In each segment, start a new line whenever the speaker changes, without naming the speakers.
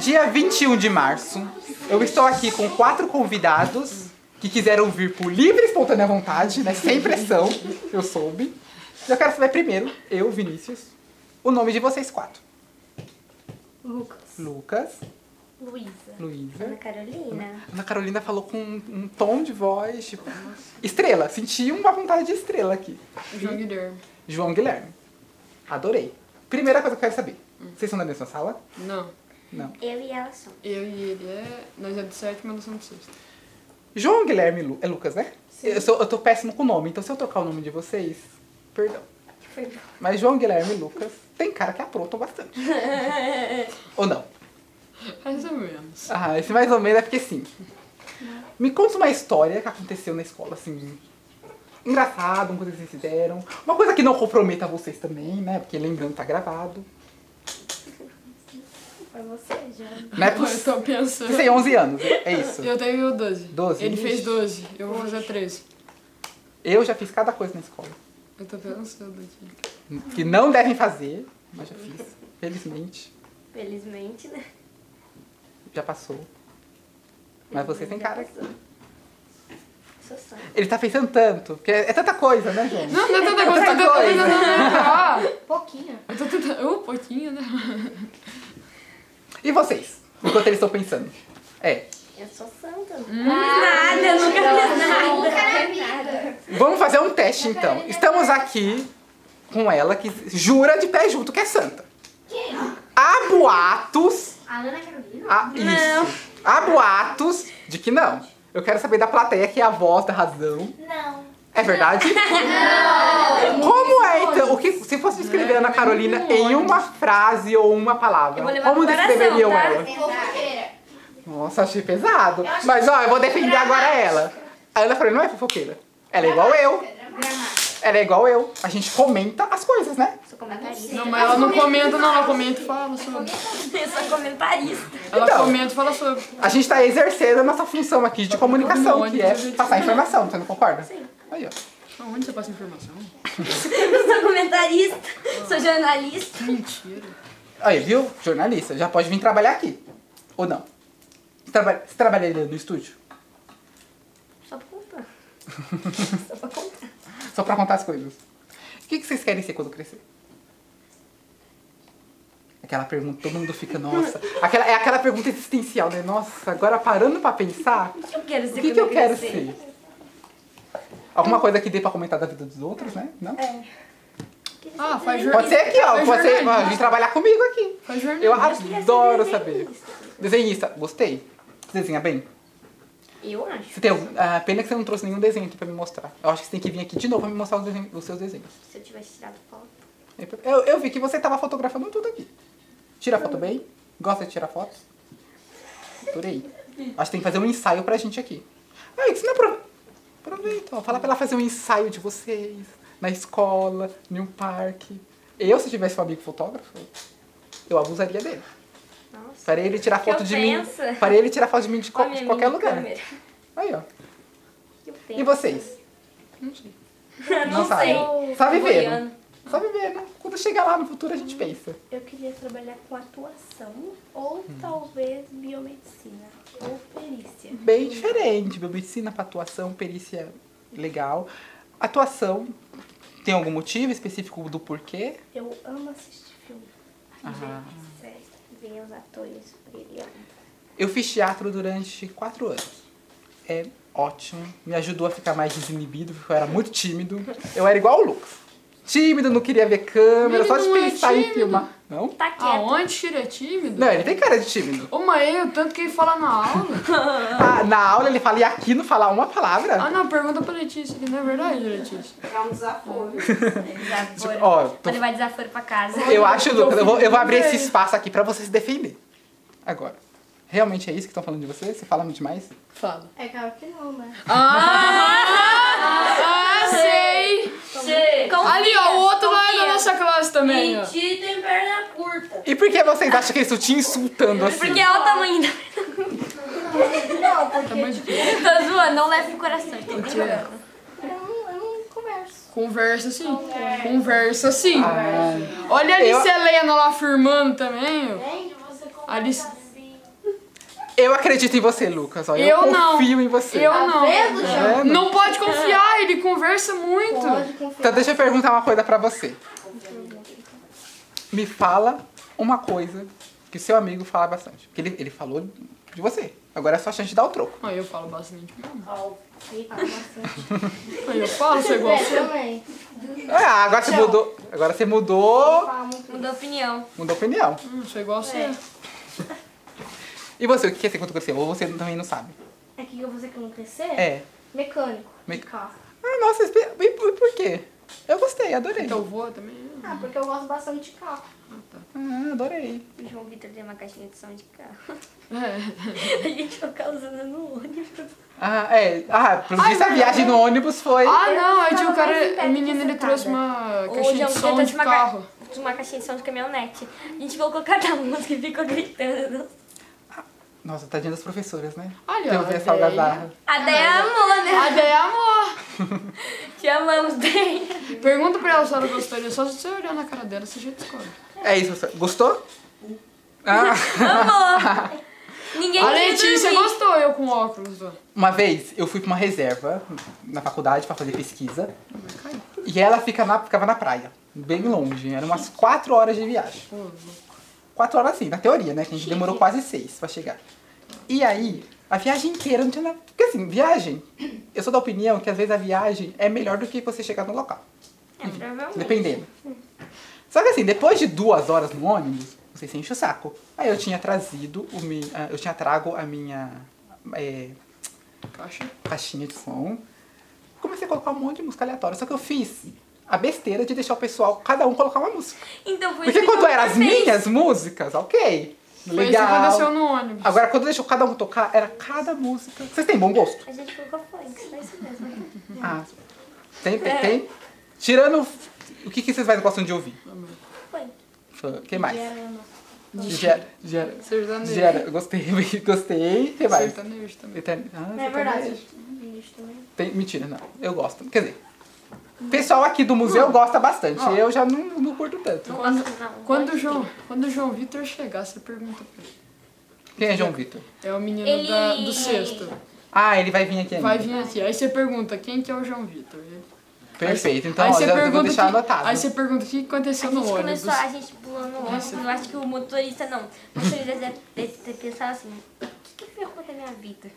Dia 21 de março, eu estou aqui com quatro convidados que quiseram vir por livre e espontânea vontade, né? Sem pressão, eu soube. Eu quero saber primeiro, eu, Vinícius, o nome de vocês quatro.
Lucas.
Lucas,
Luísa. Ana
Luísa.
É.
Carolina.
Ana Carolina falou com um, um tom de voz, tipo. Estrela, senti uma vontade de estrela aqui.
João Guilherme.
João Guilherme. Adorei. Primeira coisa que eu quero saber. Vocês são da mesma sala?
Não.
Não.
Eu e ela somos.
Eu e ele é. Nós é do sétimo, nós somos do sexto.
João Guilherme Lu- é Lucas, né? Eu, sou, eu tô péssimo com o nome, então se eu trocar o nome de vocês, perdão.
Foi bom.
Mas João Guilherme e Lucas tem cara que aprontam bastante. Ou não?
Mais ou menos.
Ah, esse mais ou menos é porque sim. Me conta uma história que aconteceu na escola, assim. Engraçado, uma coisa que vocês fizeram. Uma coisa que não comprometa vocês também, né? Porque lembrando, tá gravado.
Foi você, João.
Não é
Eu
possível.
tô pensando.
Você tem 11 anos, é isso.
Eu tenho 12.
12?
Ele fez
Ixi.
12. Eu vou fazer 13.
Eu já fiz cada coisa na escola.
Eu tô pensando aqui.
Que não devem fazer, mas já fiz. Felizmente,
Felizmente, né?
já passou. Mas você tem cara. que-
Sou só.
Ele tá pensando tanto, porque é é tanta coisa, né, João?
Não, não é tanta coisa. Tô tentando
Outra coisa.
lembrar.
Pouquinho.
Eu tô tentando. Um pouquinho, né?
E vocês? Enquanto eles estão pensando. É.
Eu sou santa. né?
Nada, nunca fiz nada.
Vamos fazer um teste então. Estamos aqui com ela que jura de pé junto que é santa. Há boatos.
A Ana Carolina?
Há, Ah, isso. Há boatos de que não. Eu quero saber da plateia que é a voz da razão.
Não.
É verdade? Como é então? O que, se fosse descrever a Ana Carolina em uma frase ou uma palavra,
Eu vou levar
como
no coração,
descreveriam
tá?
ela? Nossa, achei pesado. Mas ó, eu vou defender agora ela. A Ana Carolina não é fofoqueira. Ela é igual eu. Ela é igual eu. A gente comenta as coisas, né?
Sou comentarista.
Não, mas ela não comenta, não. Ela comenta e fala sobre.
Eu sou comentarista.
Ela
Então.
comenta e fala sobre.
A gente tá exercendo a nossa função aqui de comunicação, que é passar informação. Você não concorda? Sim. Aí, ó.
Onde você passa informação?
Eu sou comentarista. Sou jornalista.
Mentira.
Aí, viu? Jornalista, já pode vir trabalhar aqui. Ou não? Traba você trabalharia no estúdio?
Só pra contar. Só pra contar.
Só pra contar as coisas. O que, que vocês querem ser quando crescer? Aquela pergunta, todo mundo fica, nossa. Aquela, é aquela pergunta existencial, né? Nossa, agora parando pra pensar,
O que eu quero
o
ser
que,
quando
que eu quero
crescer?
ser? Alguma coisa que dê pra comentar da vida dos outros, né? Não?
Ah, faz
Pode
jornalista.
ser aqui, ó.
Faz
Pode ser, ó, vem
jornalista.
trabalhar comigo aqui.
Faz
Eu
jornalista.
é
adoro saber. Desenhista, gostei. Você desenha bem?
Eu acho.
Você tem algum- ah, pena que você não trouxe nenhum desenho aqui pra me mostrar. Eu acho que você tem que vir aqui de novo pra me mostrar os, desenhos- os seus desenhos.
Se eu tivesse tirado foto.
Eu, eu vi que você tava fotografando tudo aqui. Tira foto bem? Gosta de tirar foto? Adorei. Acho que tem que fazer um ensaio pra gente aqui. Ah, isso não é pro... Aproveita, ó. Fala pra ela fazer um ensaio de vocês. Na escola, em um parque. Eu, se tivesse um amigo fotógrafo, eu abusaria dele.
Nossa.
Faria ele tirar
Que
foto de mim.
ofensa.
Faria ele tirar foto de mim de, co-
Olha a
de
minha
qualquer lugar.
câmera.
Aí, ó.
Eu penso.
E vocês?
Não sei.
Eu não,
sabe.
sei.
Só viver. né?
Goiano.
Só viver, né? Quando chegar lá no futuro a gente pensa.
Eu queria trabalhar com atuação ou talvez biomedicina ou perícia.
bem diferente. Biomedicina para atuação, perícia legal. Atuação, tem algum motivo específico do porquê?
Eu amo assistir filme.
Ah.
Sério. Ver os atores brilhando.
Eu fiz teatro durante quatro anos. É ótimo. Me ajudou a ficar mais desinibido, porque eu era muito tímido. Eu era igual o Lucas. Tímido, não queria ver câmera, só de
Menino, é
pensar em
tímido.
filmar. Não?
Ah,
Tá quieto.
Aonde tira é tímido?
Não, ele tem cara de tímido.
Ô, mãe, o tanto que ele fala na aula.
Ah, na aula ele fala, e aqui não falar uma palavra?
Ah, não, pergunta pra Letícia, que não é verdade, Letícia.
Desaforo.
Tipo, Ó, tô-
Vou levar desaforo pra casa.
Eu acho, Lucas, eu vou, eu vou abrir esse
Também.
espaço aqui pra você se defender. Agora. Realmente é isso que estão falando de você? Você fala muito demais?
Fala.
É claro que não, né?
Ah, sei!
Sei.
Ali, ó, o outro lá é da
confia.
nossa classe também, ó.
Mentira tem perna curta. é
E por que vocês acham que isso te insultando assim?
Porque é o tamanho da
não, porque
Tamanho de quê?
Tô zoando, não leve pro coração. Tô brincando.
eu não, eu não converso.
Conversa sim. Conversa sim.
Ah,
Olha a
Eu-
Alice Helena lá firmando também. ó.
Entende? Você compra
Alice-
assim.
eu acredito em você, Lucas. ó. Eu,
Eu não.
confio em você.
Eu
Tá
não.
vendo, João?
vendo?
Não pode confiar, ele conversa muito.
Pode confiar.
Então deixa eu perguntar uma coisa pra você. Me fala uma coisa que o seu amigo fala bastante. Porque ele, ele falou de você. Agora é só a chance de dar o troco.
Aí eu falo bastante mesmo.
Aí fala bastante.
Aí eu falo, você
É,
gosta.
também.
Ah, agora você mudou. Agora você mudou.
Fala muito.
Mudou opinião.
Mudou opinião.
Hum, você gosta.
É.
E você, o que é ser quando cresceu? Ou você também não sabe?
É que eu vou dizer que eu não crescer?
É.
Mecânico.
Me-
De carro.
Ah, nossa, espe- e por, e por quê? Eu gostei,
É.
adorei.
Então voa também.
Ah, porque eu gosto bastante de carro.
Ah, adorei.
O João Vitor tem uma caixinha de som de carro.
É.
A gente
tá
vai ficar usando no ônibus.
Ah, é. Ah, pelo
Ai,
visto a
não.
viagem no ônibus foi.
Ah, não, é de um
mais em pé
cara.
do
O menino
que
ele
sentada.
trouxe uma
Hoje
caixinha
é
de
um
som
cantor
de
de uma, ca...
carro.
de uma caixinha de som de caminhonete. A gente colocou cada música e ficou gritando.
Nossa, tadinha das professoras, né?
Olha,
Eu vi essa
olha aí.
algazarra.
Até
Ah.
amor, né?
A ideia é amor.
Te amamos, bem.
Pergunta pra ela se ela gostaria. Só se você olhar na cara dela, você já descobre.
É isso, você- gostou? Ah,
Amor. Ninguém
A
queria
Letícia
dormir.
gostou, eu com óculos. ó.
uma vez eu fui pra uma reserva na faculdade pra fazer pesquisa
Vai cair.
e ela fica na- ficava na praia, bem longe, eram umas 4 horas de viagem.
Pô, louco.
4 horas assim, na teoria, né? Que a gente demorou quase 6 pra chegar. E aí, a viagem inteira não tinha nada. Porque assim, viagem, eu sou da opinião que às vezes a viagem é melhor do que você chegar no local.
É, provavelmente.
Dependendo. Só que assim, depois de duas horas no ônibus, você se enche o saco. Aí eu tinha trazido o mi- ah, Eu tinha trago a minha é,
Caixa.
caixinha de som. Comecei a colocar um monte de música aleatória. Só que eu fiz a besteira de deixar o pessoal, cada um colocar uma música.
Então foi
Porque
isso que
quando
você
eram as
fez.
minhas músicas, ok.
Foi isso que aconteceu
Legal.
no ônibus.
Agora, quando deixou cada um tocar, era cada música. Vocês têm bom gosto?
A gente colocou funk, foi isso mesmo.
Uhum.
Ah, tem, tem,
É.
tem. Tirando. O que, que vocês mais gostam de ouvir?
Funk.
Fã, O que mais?
né?
Gerando.
Gera, gera,
Sertanejo.
gera. Gostei, gostei. Tem mais.
Sertanejo também.
Eterni- Ah,
Não é
sertanejo.
verdade. Lixo também.
Tem- mentira, não. Eu gosto. Quer dizer, o pessoal aqui do museu
Hum.
gosta bastante. Eu já não, não curto tanto.
Quando,
Não. um
quando o João, quando o João Vitor chegar, você pergunta pra ele.
Quem é João Vitor?
É o menino
Ele- é.
da- do sexto.
Ah, ele vai vir aqui ainda.
Vai vir aqui. Aí você pergunta quem que é o João Vitor. Ele-
Perfeito. Então,
aí
ó,
você
já vou
pergunta
deixar
que-
anotado. né?
Aí você pergunta o que aconteceu
A
no
gente
ônibus.
começou, a gente pulou no ônibus, eu acho que o motorista não. O motorista deve, deve ter pensado assim, o que, que ferrou da minha vida?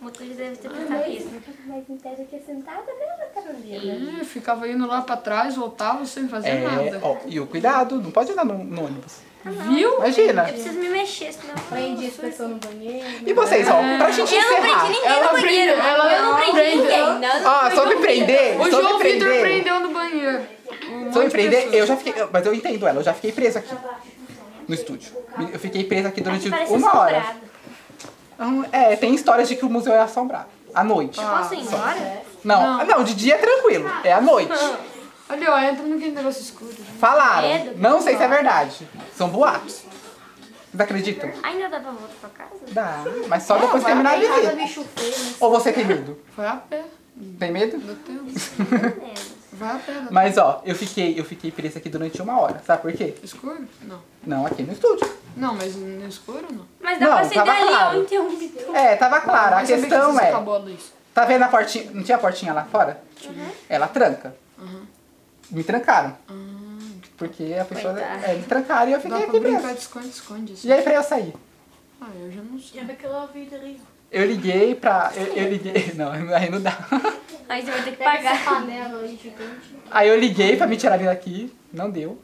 O motorista deve ter pensado isso.
Mas em tese aqui é sentada, né, Carolina?
Ih, ficava indo lá pra trás, voltava sem fazer
É,
nada.
ó, e o cuidado, não pode andar no, no ônibus.
Viu?
Imagina.
Eu preciso me mexer, senão eu
Aprendi
eu
as pessoas no banheiro.
E vocês, ó, pra gente
Eu não
encerrar.
prendi ninguém no
aprende-
banheiro.
ela
eu não prendi
aprende-
ninguém. Não, não
Ó,
foi
sobre
João
prender.
O
sobre
João Vitor
prender-
prendeu no banheiro. Um monte
Só me
de
prender,
pessoas.
eu já fiquei. eu- Mas eu entendo ela, eu já fiquei preso aqui. No estúdio. Eu fiquei preso aqui
Vitor.
durante
Aqui parece
uma hora.
assombrado.
Hum, É, tem histórias de que o museu é assombrado. À noite.
Posso ir embora?
Não, não, de dia é tranquilo. É à noite.
Olha, ó, entra naquele negócio escuro. né?
Falaram.
Medo.
Não sei se é verdade. São boatos. Vocês acreditam?
Ainda dá pra voltar pra casa?
Dá. Mas só depois de terminar a
Cada
visita.
bicho feio, né?
Ou você tem medo?
Foi a pé.
Tem medo?
Meu Deus.
Pelo menos.
Vai a pé. dá
Mas ó, eu fiquei, eu fiquei preso aqui durante uma hora. Sabe por quê?
tempo. Escuro? Não.
Não aqui no estúdio.
Não, mas no escuro não.
Mas dá
Não,
pra sair
tava
dali
claro.
ontem um bitu.
É, tava claro. A
Mas sabia que
questão
você
é.
Acabou Uhum. a luz.
Tá vendo a portinha? Não tinha a portinha lá fora? Ela tranca.
Uhum.
Me trancaram. Porque a pessoa.
Coitada.
É, me trancaram e eu
Hum. Dá
fiquei
pra
aqui
brincar
preso.
de esconde-esconde. assim.
E aí pra eu sair?
Ah, eu já não sei.
Já vê aquela vida ali.
Eu liguei pra. Eu, eu liguei. Não, aí não dá.
Aí você vai ter que
Pega essa
pagar.
panela aí gigante.
Aí eu liguei pra me tirar daqui, não deu.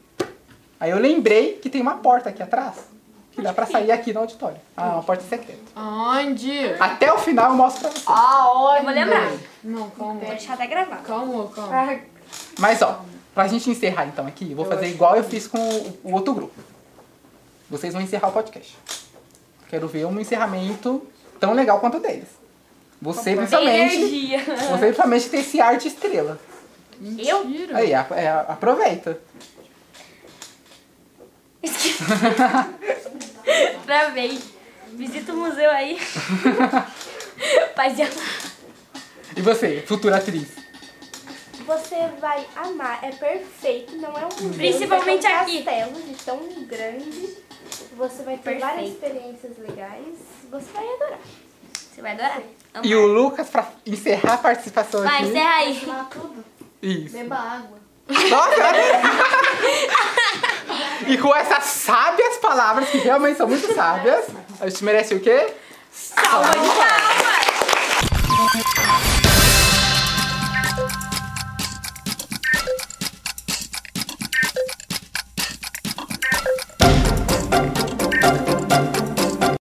Aí eu lembrei que tem uma porta aqui atrás. Que dá pra sair aqui no auditório. Ah, uma porta secreta.
Aonde?
Até o final eu mostro pra vocês.
Aonde?
Eu vou lembrar.
Não, calma.
Vou deixar até gravar.
Calma, calma.
Ah,
Mas ó, pra gente encerrar então aqui, eu vou
Eu
fazer
acho
igual
que-
eu fiz com o- o outro grupo. Vocês vão encerrar o podcast. Quero ver um encerramento tão legal quanto o deles. Você principalmente.
Energia.
Você principalmente tem esse ar de estrela.
Eu?
Mentira.
Aí, a- é, aproveita.
Travei. Visita o museu aí.
Mas eu...
E você, futura atriz?
Você vai amar, é perfeito, não é um museu,
Principalmente
vai ter um
aqui.
castelo de tão grande. Você vai ter
Perfeito.
várias experiências legais. Você vai adorar.
Você vai adorar. Amar.
E o Lucas, pra encerrar a participação
Vai,
aqui.
encerra aí.
Lá tudo.
Isso.
Beba água.
Nossa! e com essas sábias palavras, que realmente são muito sábias, a gente merece o quê?
Salva de palmas!